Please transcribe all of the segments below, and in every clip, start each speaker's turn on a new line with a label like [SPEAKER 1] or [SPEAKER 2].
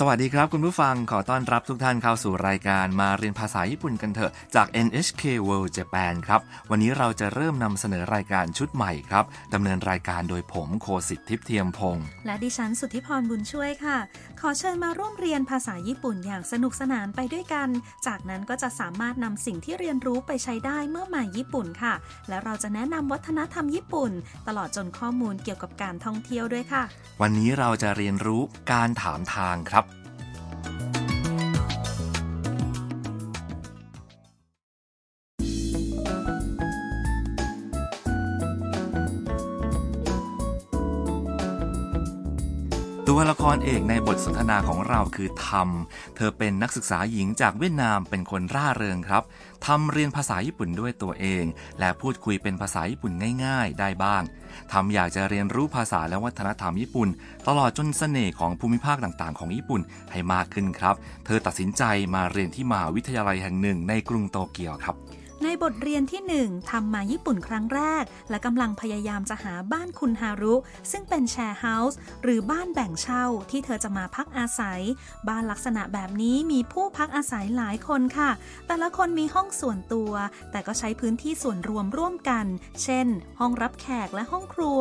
[SPEAKER 1] สวัสดีครับคุณผู้ฟังขอต้อนรับทุกท่านเข้าสู่รายการมาเรียนภาษาญี่ปุ่นกันเถอะจาก NHK World Japan ครับ วันนี้เราจะเริ่มนำเสนอรายการชุดใหม่ครับดำเนินรายการโดยผมโคสิทธิ์ทิพย์เทียมพงศ์
[SPEAKER 2] และดิฉันสุทธิพรบุญช่วยค่ะ ขอเชิญมาร่วมเรียนภาษาญี่ปุ่นอย่างสนุกสนานไปด้วยกัน จากนั้นก็จะสามารถนำสิ่งที่เรียนรู้ไปใช้ได้เมื่อมาญี่ปุ่นค่ะ และเราจะแนะนำวัฒนธรรมญี่ปุ่น ตลอดจนข้อมูลเกี่ยวกับการท่องเที่ยวด้วยค่ะ
[SPEAKER 1] วันนี้เราจะเรียนรู้การถามทางครับ ตัวละครเอกในบทสนทนาของเราคือทำเธอเป็นนักศึกษาหญิงจากเวียดนามเป็นคนร่าเริงครับทำเรียนภาษาญี่ปุ่นด้วยตัวเอง และพูดคุยเป็นภาษาญี่ปุ่นง่ายๆ ได้บ้างทำอยากจะเรียนรู้ภาษาและวัฒนธรรมญี่ปุ่น ตลอดจนเสน่ห์ของภูมิภาคต่างๆ ของญี่ปุ่นให้มากขึ้นครับ เธอตัดสินใจมาเรียนที่มหาวิทยาลัยแห่งหนึ่งในกรุงโตเกียวครับ
[SPEAKER 2] ในบทเรียนที่ 1ทำมาญี่ปุ่นครั้งแรก และกำลังพยายามจะหาบ้านคุณฮารุ ซึ่งเป็นแชร์เฮาส์หรือบ้านแบ่งเช่าที่เธอจะมาพักอาศัย บ้านลักษณะแบบนี้มีผู้พักอาศัยหลายคนค่ะ แต่ละคนมีห้องส่วนตัว แต่ก็ใช้พื้นที่ส่วนรวมร่วมกัน เช่น ห้องรับแขกและห้องครัว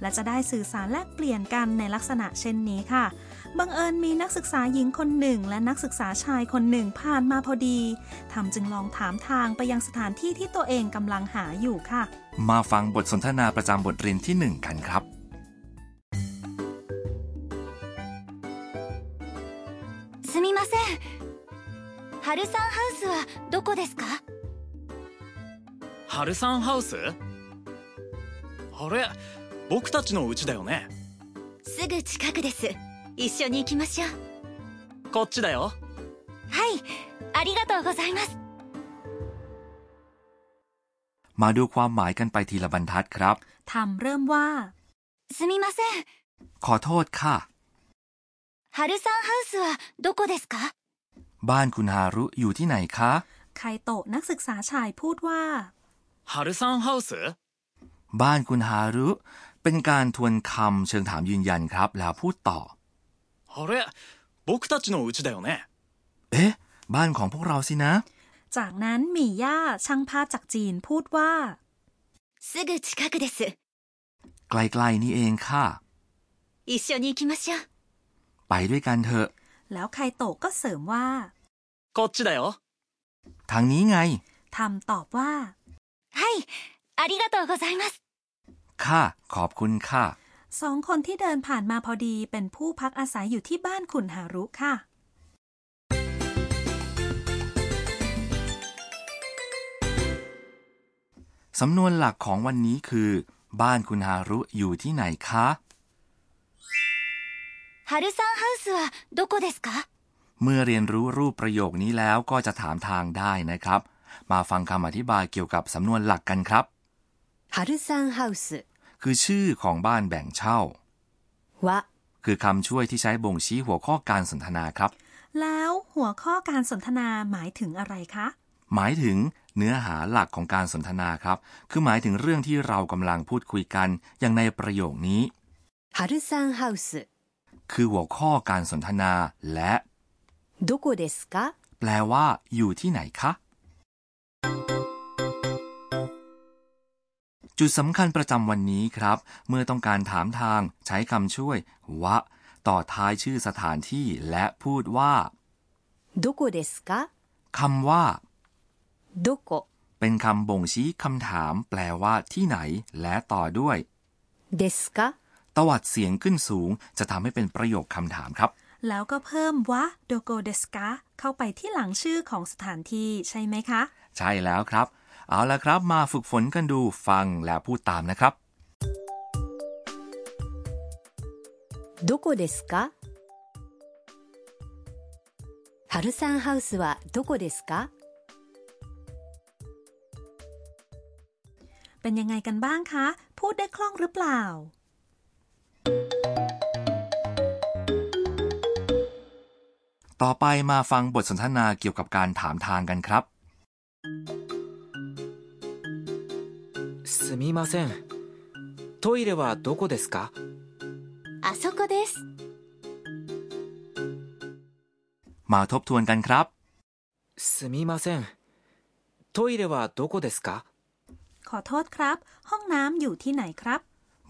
[SPEAKER 2] และจะได้สื่อสารแลกเปลี่ยนกันในลักษณะเช่นนี้ค่ะ บังเอิญมีนักศึกษาหญิงคนหนึ่ง และนักศึกษาชายคนหนึ่งผ่านมาพอดี ทำจึงลองถามทางไปยังสถานที่ที่ตัวเองกำลังหาอยู่ค่ะ
[SPEAKER 1] มาฟังบทสนทนาประจำบทเรียนที่หนึ่งกันครับ
[SPEAKER 3] すみません春さんハウスはどこですか
[SPEAKER 4] ハルサンハウスあれ僕たちの家だよね
[SPEAKER 3] すぐ近くです一緒に行きましょう
[SPEAKER 4] こっちだよ
[SPEAKER 3] はいありがとうございます
[SPEAKER 1] มาดูความหมายกันไปทีละบรรทัดครับ
[SPEAKER 2] ทำเริ่มว่า
[SPEAKER 3] すみません
[SPEAKER 1] ขอโทษค่ะ
[SPEAKER 3] 春さんハウスはどこですか
[SPEAKER 1] บ้านคุณฮารุอยู่ที่ไหนคะ
[SPEAKER 2] ไคโตะนักศึกษาชายพูดว่า
[SPEAKER 4] ハルサンハウス
[SPEAKER 1] บ้านคุณฮารุ เป็นการทวนคำเชิงถามยืนยันครับ แล้วพูดต่อ
[SPEAKER 4] あれ僕たちの家だよね
[SPEAKER 1] เอ๊ะ บ้านของพวกเราสินะ
[SPEAKER 2] จากนั้นหมี่ย่าช่างภาพจากจีนพูดว่า
[SPEAKER 3] すぐ近くです
[SPEAKER 1] ไกลๆนี่เองค่ะ
[SPEAKER 3] 一緒に行きましょう
[SPEAKER 1] ไปด้วยกันเถอะ
[SPEAKER 2] แล้วไคโตะก็เสริมว่า
[SPEAKER 4] こっちだよ
[SPEAKER 1] ทางนี้ไง
[SPEAKER 2] ทำตอบว่า
[SPEAKER 3] はいありがとうございます
[SPEAKER 1] ค่ะ ขอบคุณค่ะ
[SPEAKER 2] สองคนที่เดินผ่านมาพอดีเป็นผู้พักอาศัยอยู่ที่บ้านคุณฮารุค่ะ
[SPEAKER 1] สำนวนหลักของวันนี้คือ บ้านคุณฮารุอยู่ที่ไหนคะ
[SPEAKER 3] 春さんハウスはどこですか
[SPEAKER 1] เมื่อเรียนรู้รูปประโยคนี้แล้วก็จะถามทางได้นะครับ มาฟังคำอธิบายเกี่ยวกับสำนวนหลักกันครับ
[SPEAKER 3] 春さんハウス
[SPEAKER 1] คือชื่อของบ้านแบ่งเช่า
[SPEAKER 3] は
[SPEAKER 1] คือคำช่วยที่ใช้บ่งชี้หัวข้อการสนทนาครับ
[SPEAKER 2] แล้วหัวข้อการสนทนาหมายถึงอะไรคะ
[SPEAKER 1] หมายถึงเนื้อหาหลักของการสนทนาครับ คือหมายถึงเรื่องที่เรากำลังพูดคุยกัน อย่างในประโยคนี้
[SPEAKER 3] 春さんハウス
[SPEAKER 1] คือหัวข้อการสนทนา และ
[SPEAKER 3] どこですか
[SPEAKER 1] แปลว่า อยู่ที่ไหนคะ จุดสำคัญประจำวันนี้ครับ เมื่อต้องการถามทาง ใช้คำช่วย วะ ต่อท้ายชื่อสถานที่ และพูดว่า
[SPEAKER 3] どこですか
[SPEAKER 1] คำว่า
[SPEAKER 3] どこ
[SPEAKER 1] เป็นคำบ่งชี้คำถาม แปลว่าที่ไหน และต่อด้วย
[SPEAKER 3] ですか
[SPEAKER 1] ตวัดเสียงขึ้นสูง จะทำให้เป็นประโยคคำถามครับ
[SPEAKER 2] แล้วก็เพิ่มวะโดโกเดสกาเข้าไปที่หลังชื่อของสถานที่ใช่ไหมคะ
[SPEAKER 1] ใช่แล้วครับ เอาละครับ มาฝึกฝนกันดูฟังและพูดตามนะครับ
[SPEAKER 3] どこですか春さんハウスはどこですか
[SPEAKER 2] เป็นยังไงกันบ้างคะ พูดได้คล่องหรือเปล่า
[SPEAKER 1] ต่อไปมาฟังบทสนทนาเกี่ยวกับการถามทางกันครับ
[SPEAKER 5] すみませんトイレはどこですか
[SPEAKER 3] あそこです
[SPEAKER 1] มาทบทวนกันครับ
[SPEAKER 5] すみませんトイレはどこですか
[SPEAKER 2] ขอโทษครับ ห้องน้ำอยู่ที่ไหนครับ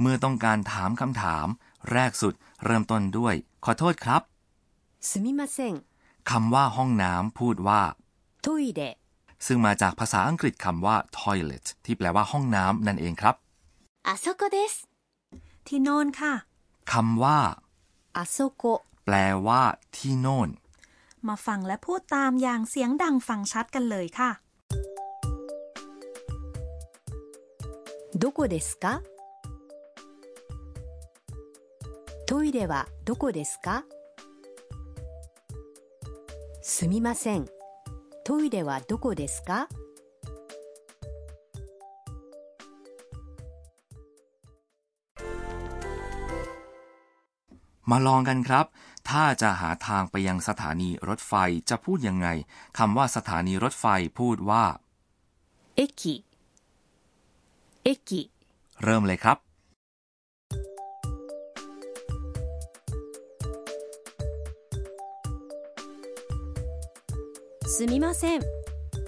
[SPEAKER 1] เมื่อต้องการถามคำถาม แรกสุดเริ่มต้นด้วย ขอโทษครับ
[SPEAKER 6] すみません
[SPEAKER 1] คำว่าห้องน้ำพูดว่า
[SPEAKER 6] トイレ
[SPEAKER 1] ซึ่งมาจากภาษาอังกฤษคำว่า toilet ที่แปลว่าห้องน้ำนั่นเองครับ
[SPEAKER 3] あそこです
[SPEAKER 2] ที่โน่นค่ะ
[SPEAKER 1] คำว่า
[SPEAKER 6] あそこ
[SPEAKER 1] แปลว่า ที่โน่น
[SPEAKER 2] มาฟังและพูดตามอย่างเสียงดังฟังชัดกันเลยค่ะ
[SPEAKER 6] どこですかトイレはどこですかすみませんトイレはどこですか
[SPEAKER 1] มาลองกันครับ ถ้าจะหาทางไปยังสถานีรถไฟจะพูดยังไงคำว่าสถานีรถไฟพูดว่า
[SPEAKER 6] 駅駅
[SPEAKER 1] เริ่มเลยครับ
[SPEAKER 6] すみません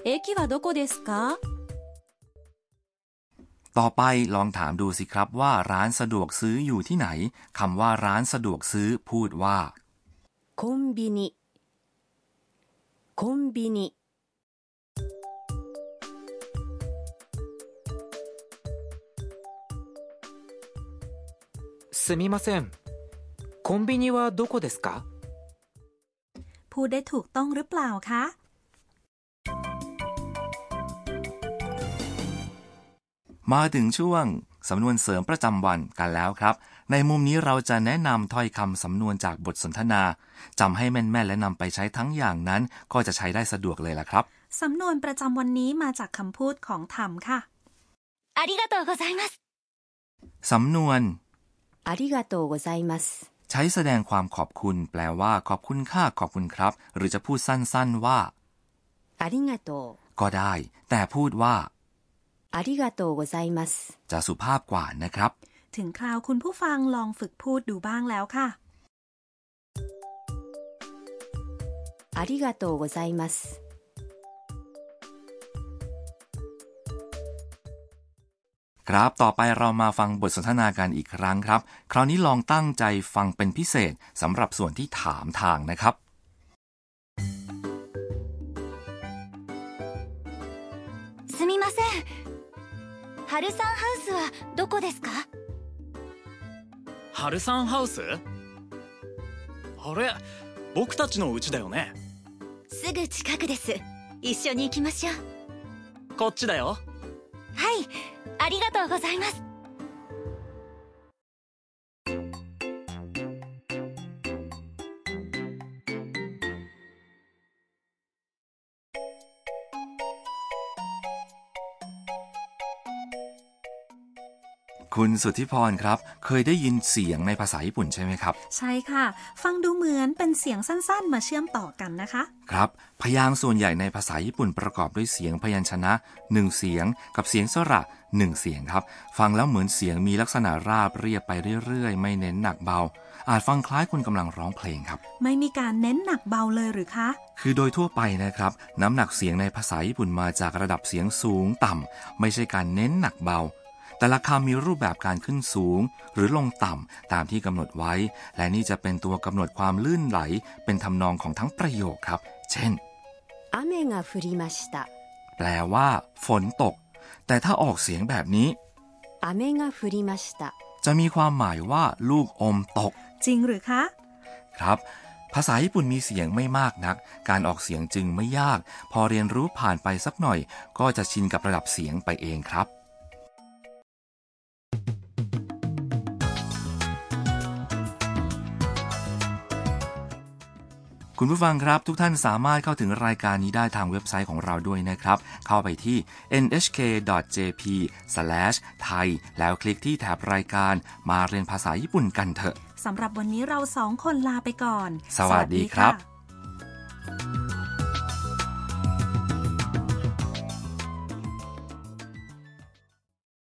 [SPEAKER 6] 駅はどこですか
[SPEAKER 1] ต่อไปลองถามดูสิครับว่าร้านสะดวกซื้ออยู่ที่ไหนคำว่าร้านสะดวกซื้อพูดว่า
[SPEAKER 6] コンビニコンビニ
[SPEAKER 5] すみませんコンビニはどこですか
[SPEAKER 2] พูดได้ถูกต้องหรือเปล่าคะ
[SPEAKER 1] มาถึงช่วง สำนวนเสริมประจำวันกันแล้วครับ ในมุมนี้เราจะแนะนำถ้อยคำสำนวนจากบทสนทนาจำให้แม่นๆและนำไปใช้ทั้งอย่างนั้น ก็จะใช้ได้สะดวกเลยล่ะครับ
[SPEAKER 2] สำนวนประจำวันนี้มาจากคำพูดของธรรมค่ะ
[SPEAKER 3] ありがとうございます
[SPEAKER 1] สำนวน
[SPEAKER 6] ありがとうございます
[SPEAKER 1] ใช้แสดงความขอบคุณ แปลว่า ขอบคุณค่าขอบคุณครับ หรือจะพูดสั้นๆว่า
[SPEAKER 6] ありがとう
[SPEAKER 1] ก็ได้ แต่พูดว่า
[SPEAKER 6] ありがとうございます
[SPEAKER 1] จะสุภาพกว่านะครับ
[SPEAKER 2] ถึงคราวคุณผู้ฟังลองฝึกพูดดูบ้างแล้วค่ะ
[SPEAKER 6] ありがとうございます
[SPEAKER 1] ครับ ต่อไปเรามาฟังบทสนทนากันอีกครั้งครับ คราวนี้ลองตั้งใจฟังเป็นพิเศษสำหรับส่วนที่ถามทางนะครับ
[SPEAKER 3] すみませんハルサンハウスはどこですか
[SPEAKER 4] ハルサンハウスあれ僕たちの家だよね
[SPEAKER 3] すぐ近くです一緒に行きましょうは
[SPEAKER 4] こっちだよ
[SPEAKER 3] いありがとうございます
[SPEAKER 1] คุณสุทธิพรครับ เคยได้ยินเสียงในภาษาญี่ปุ่นใช่ไหมครับ
[SPEAKER 2] ใช่ค่ะ ฟังดูเหมือนเป็นเสียงสั้นๆ มาเชื่อมต่อกันนะคะ
[SPEAKER 1] ครับ พยางค์ส่วนใหญ่ในภาษาญี่ปุ่นประกอบด้วยเสียงพยัญชนะ 1 เสียง กับเสียงสระ 1 เสียงครับ ฟังแล้วเหมือนเสียงมีลักษณะราบเรียบไปเรื่อยๆ ไม่เน้นหนักเบา อาจฟังคล้ายคนกำลังร้องเพลงครับ
[SPEAKER 2] ไม่มีการเน้นหนักเบาเลยหรือคะ
[SPEAKER 1] คือโดยทั่วไปนะครับ น้ำหนักเสียงในภาษาญี่ปุ่นมาจากระดับเสียงสูงต่ำ ไม่ใช่การเน้นหนักเบา แต่ละคำมีรูปแบบการขึ้นสูง หรือลงต่ำตามที่กำหนดไว้ และนี่จะเป็นตัวกำหนดความลื่นไหล เป็นทำนองของทั้งประโยคครับ เช่น
[SPEAKER 6] 雨が降りました
[SPEAKER 1] แปลว่า ฝนตก แต่ถ้าออกเสียงแบบนี้
[SPEAKER 6] 雨が降りました
[SPEAKER 1] จะมีความหมายว่า ลูกอมตก
[SPEAKER 2] จริงหรือคะ
[SPEAKER 1] ครับ ภาษาญี่ปุ่นมีเสียงไม่มากนัก การออกเสียงจึงไม่ยาก พอเรียนรู้ผ่านไปสักหน่อย ก็จะชินกับระดับเสียงไปเองครับ คุณผู้ฟังครับทุกท่านสามารถเข้าถึงรายการนี้ได้ทางเว็บไซต์ของเราด้วยนะครับ เข้าไปที่ nhk.jp/thai แล้วคลิกที่แถบรายการมาเรียนภาษาญี่ปุ่นกันเถอะ
[SPEAKER 2] สำหรับวันนี้เราสองคนลาไปก่อน
[SPEAKER 1] สวัสดีครับ
[SPEAKER 2] ะ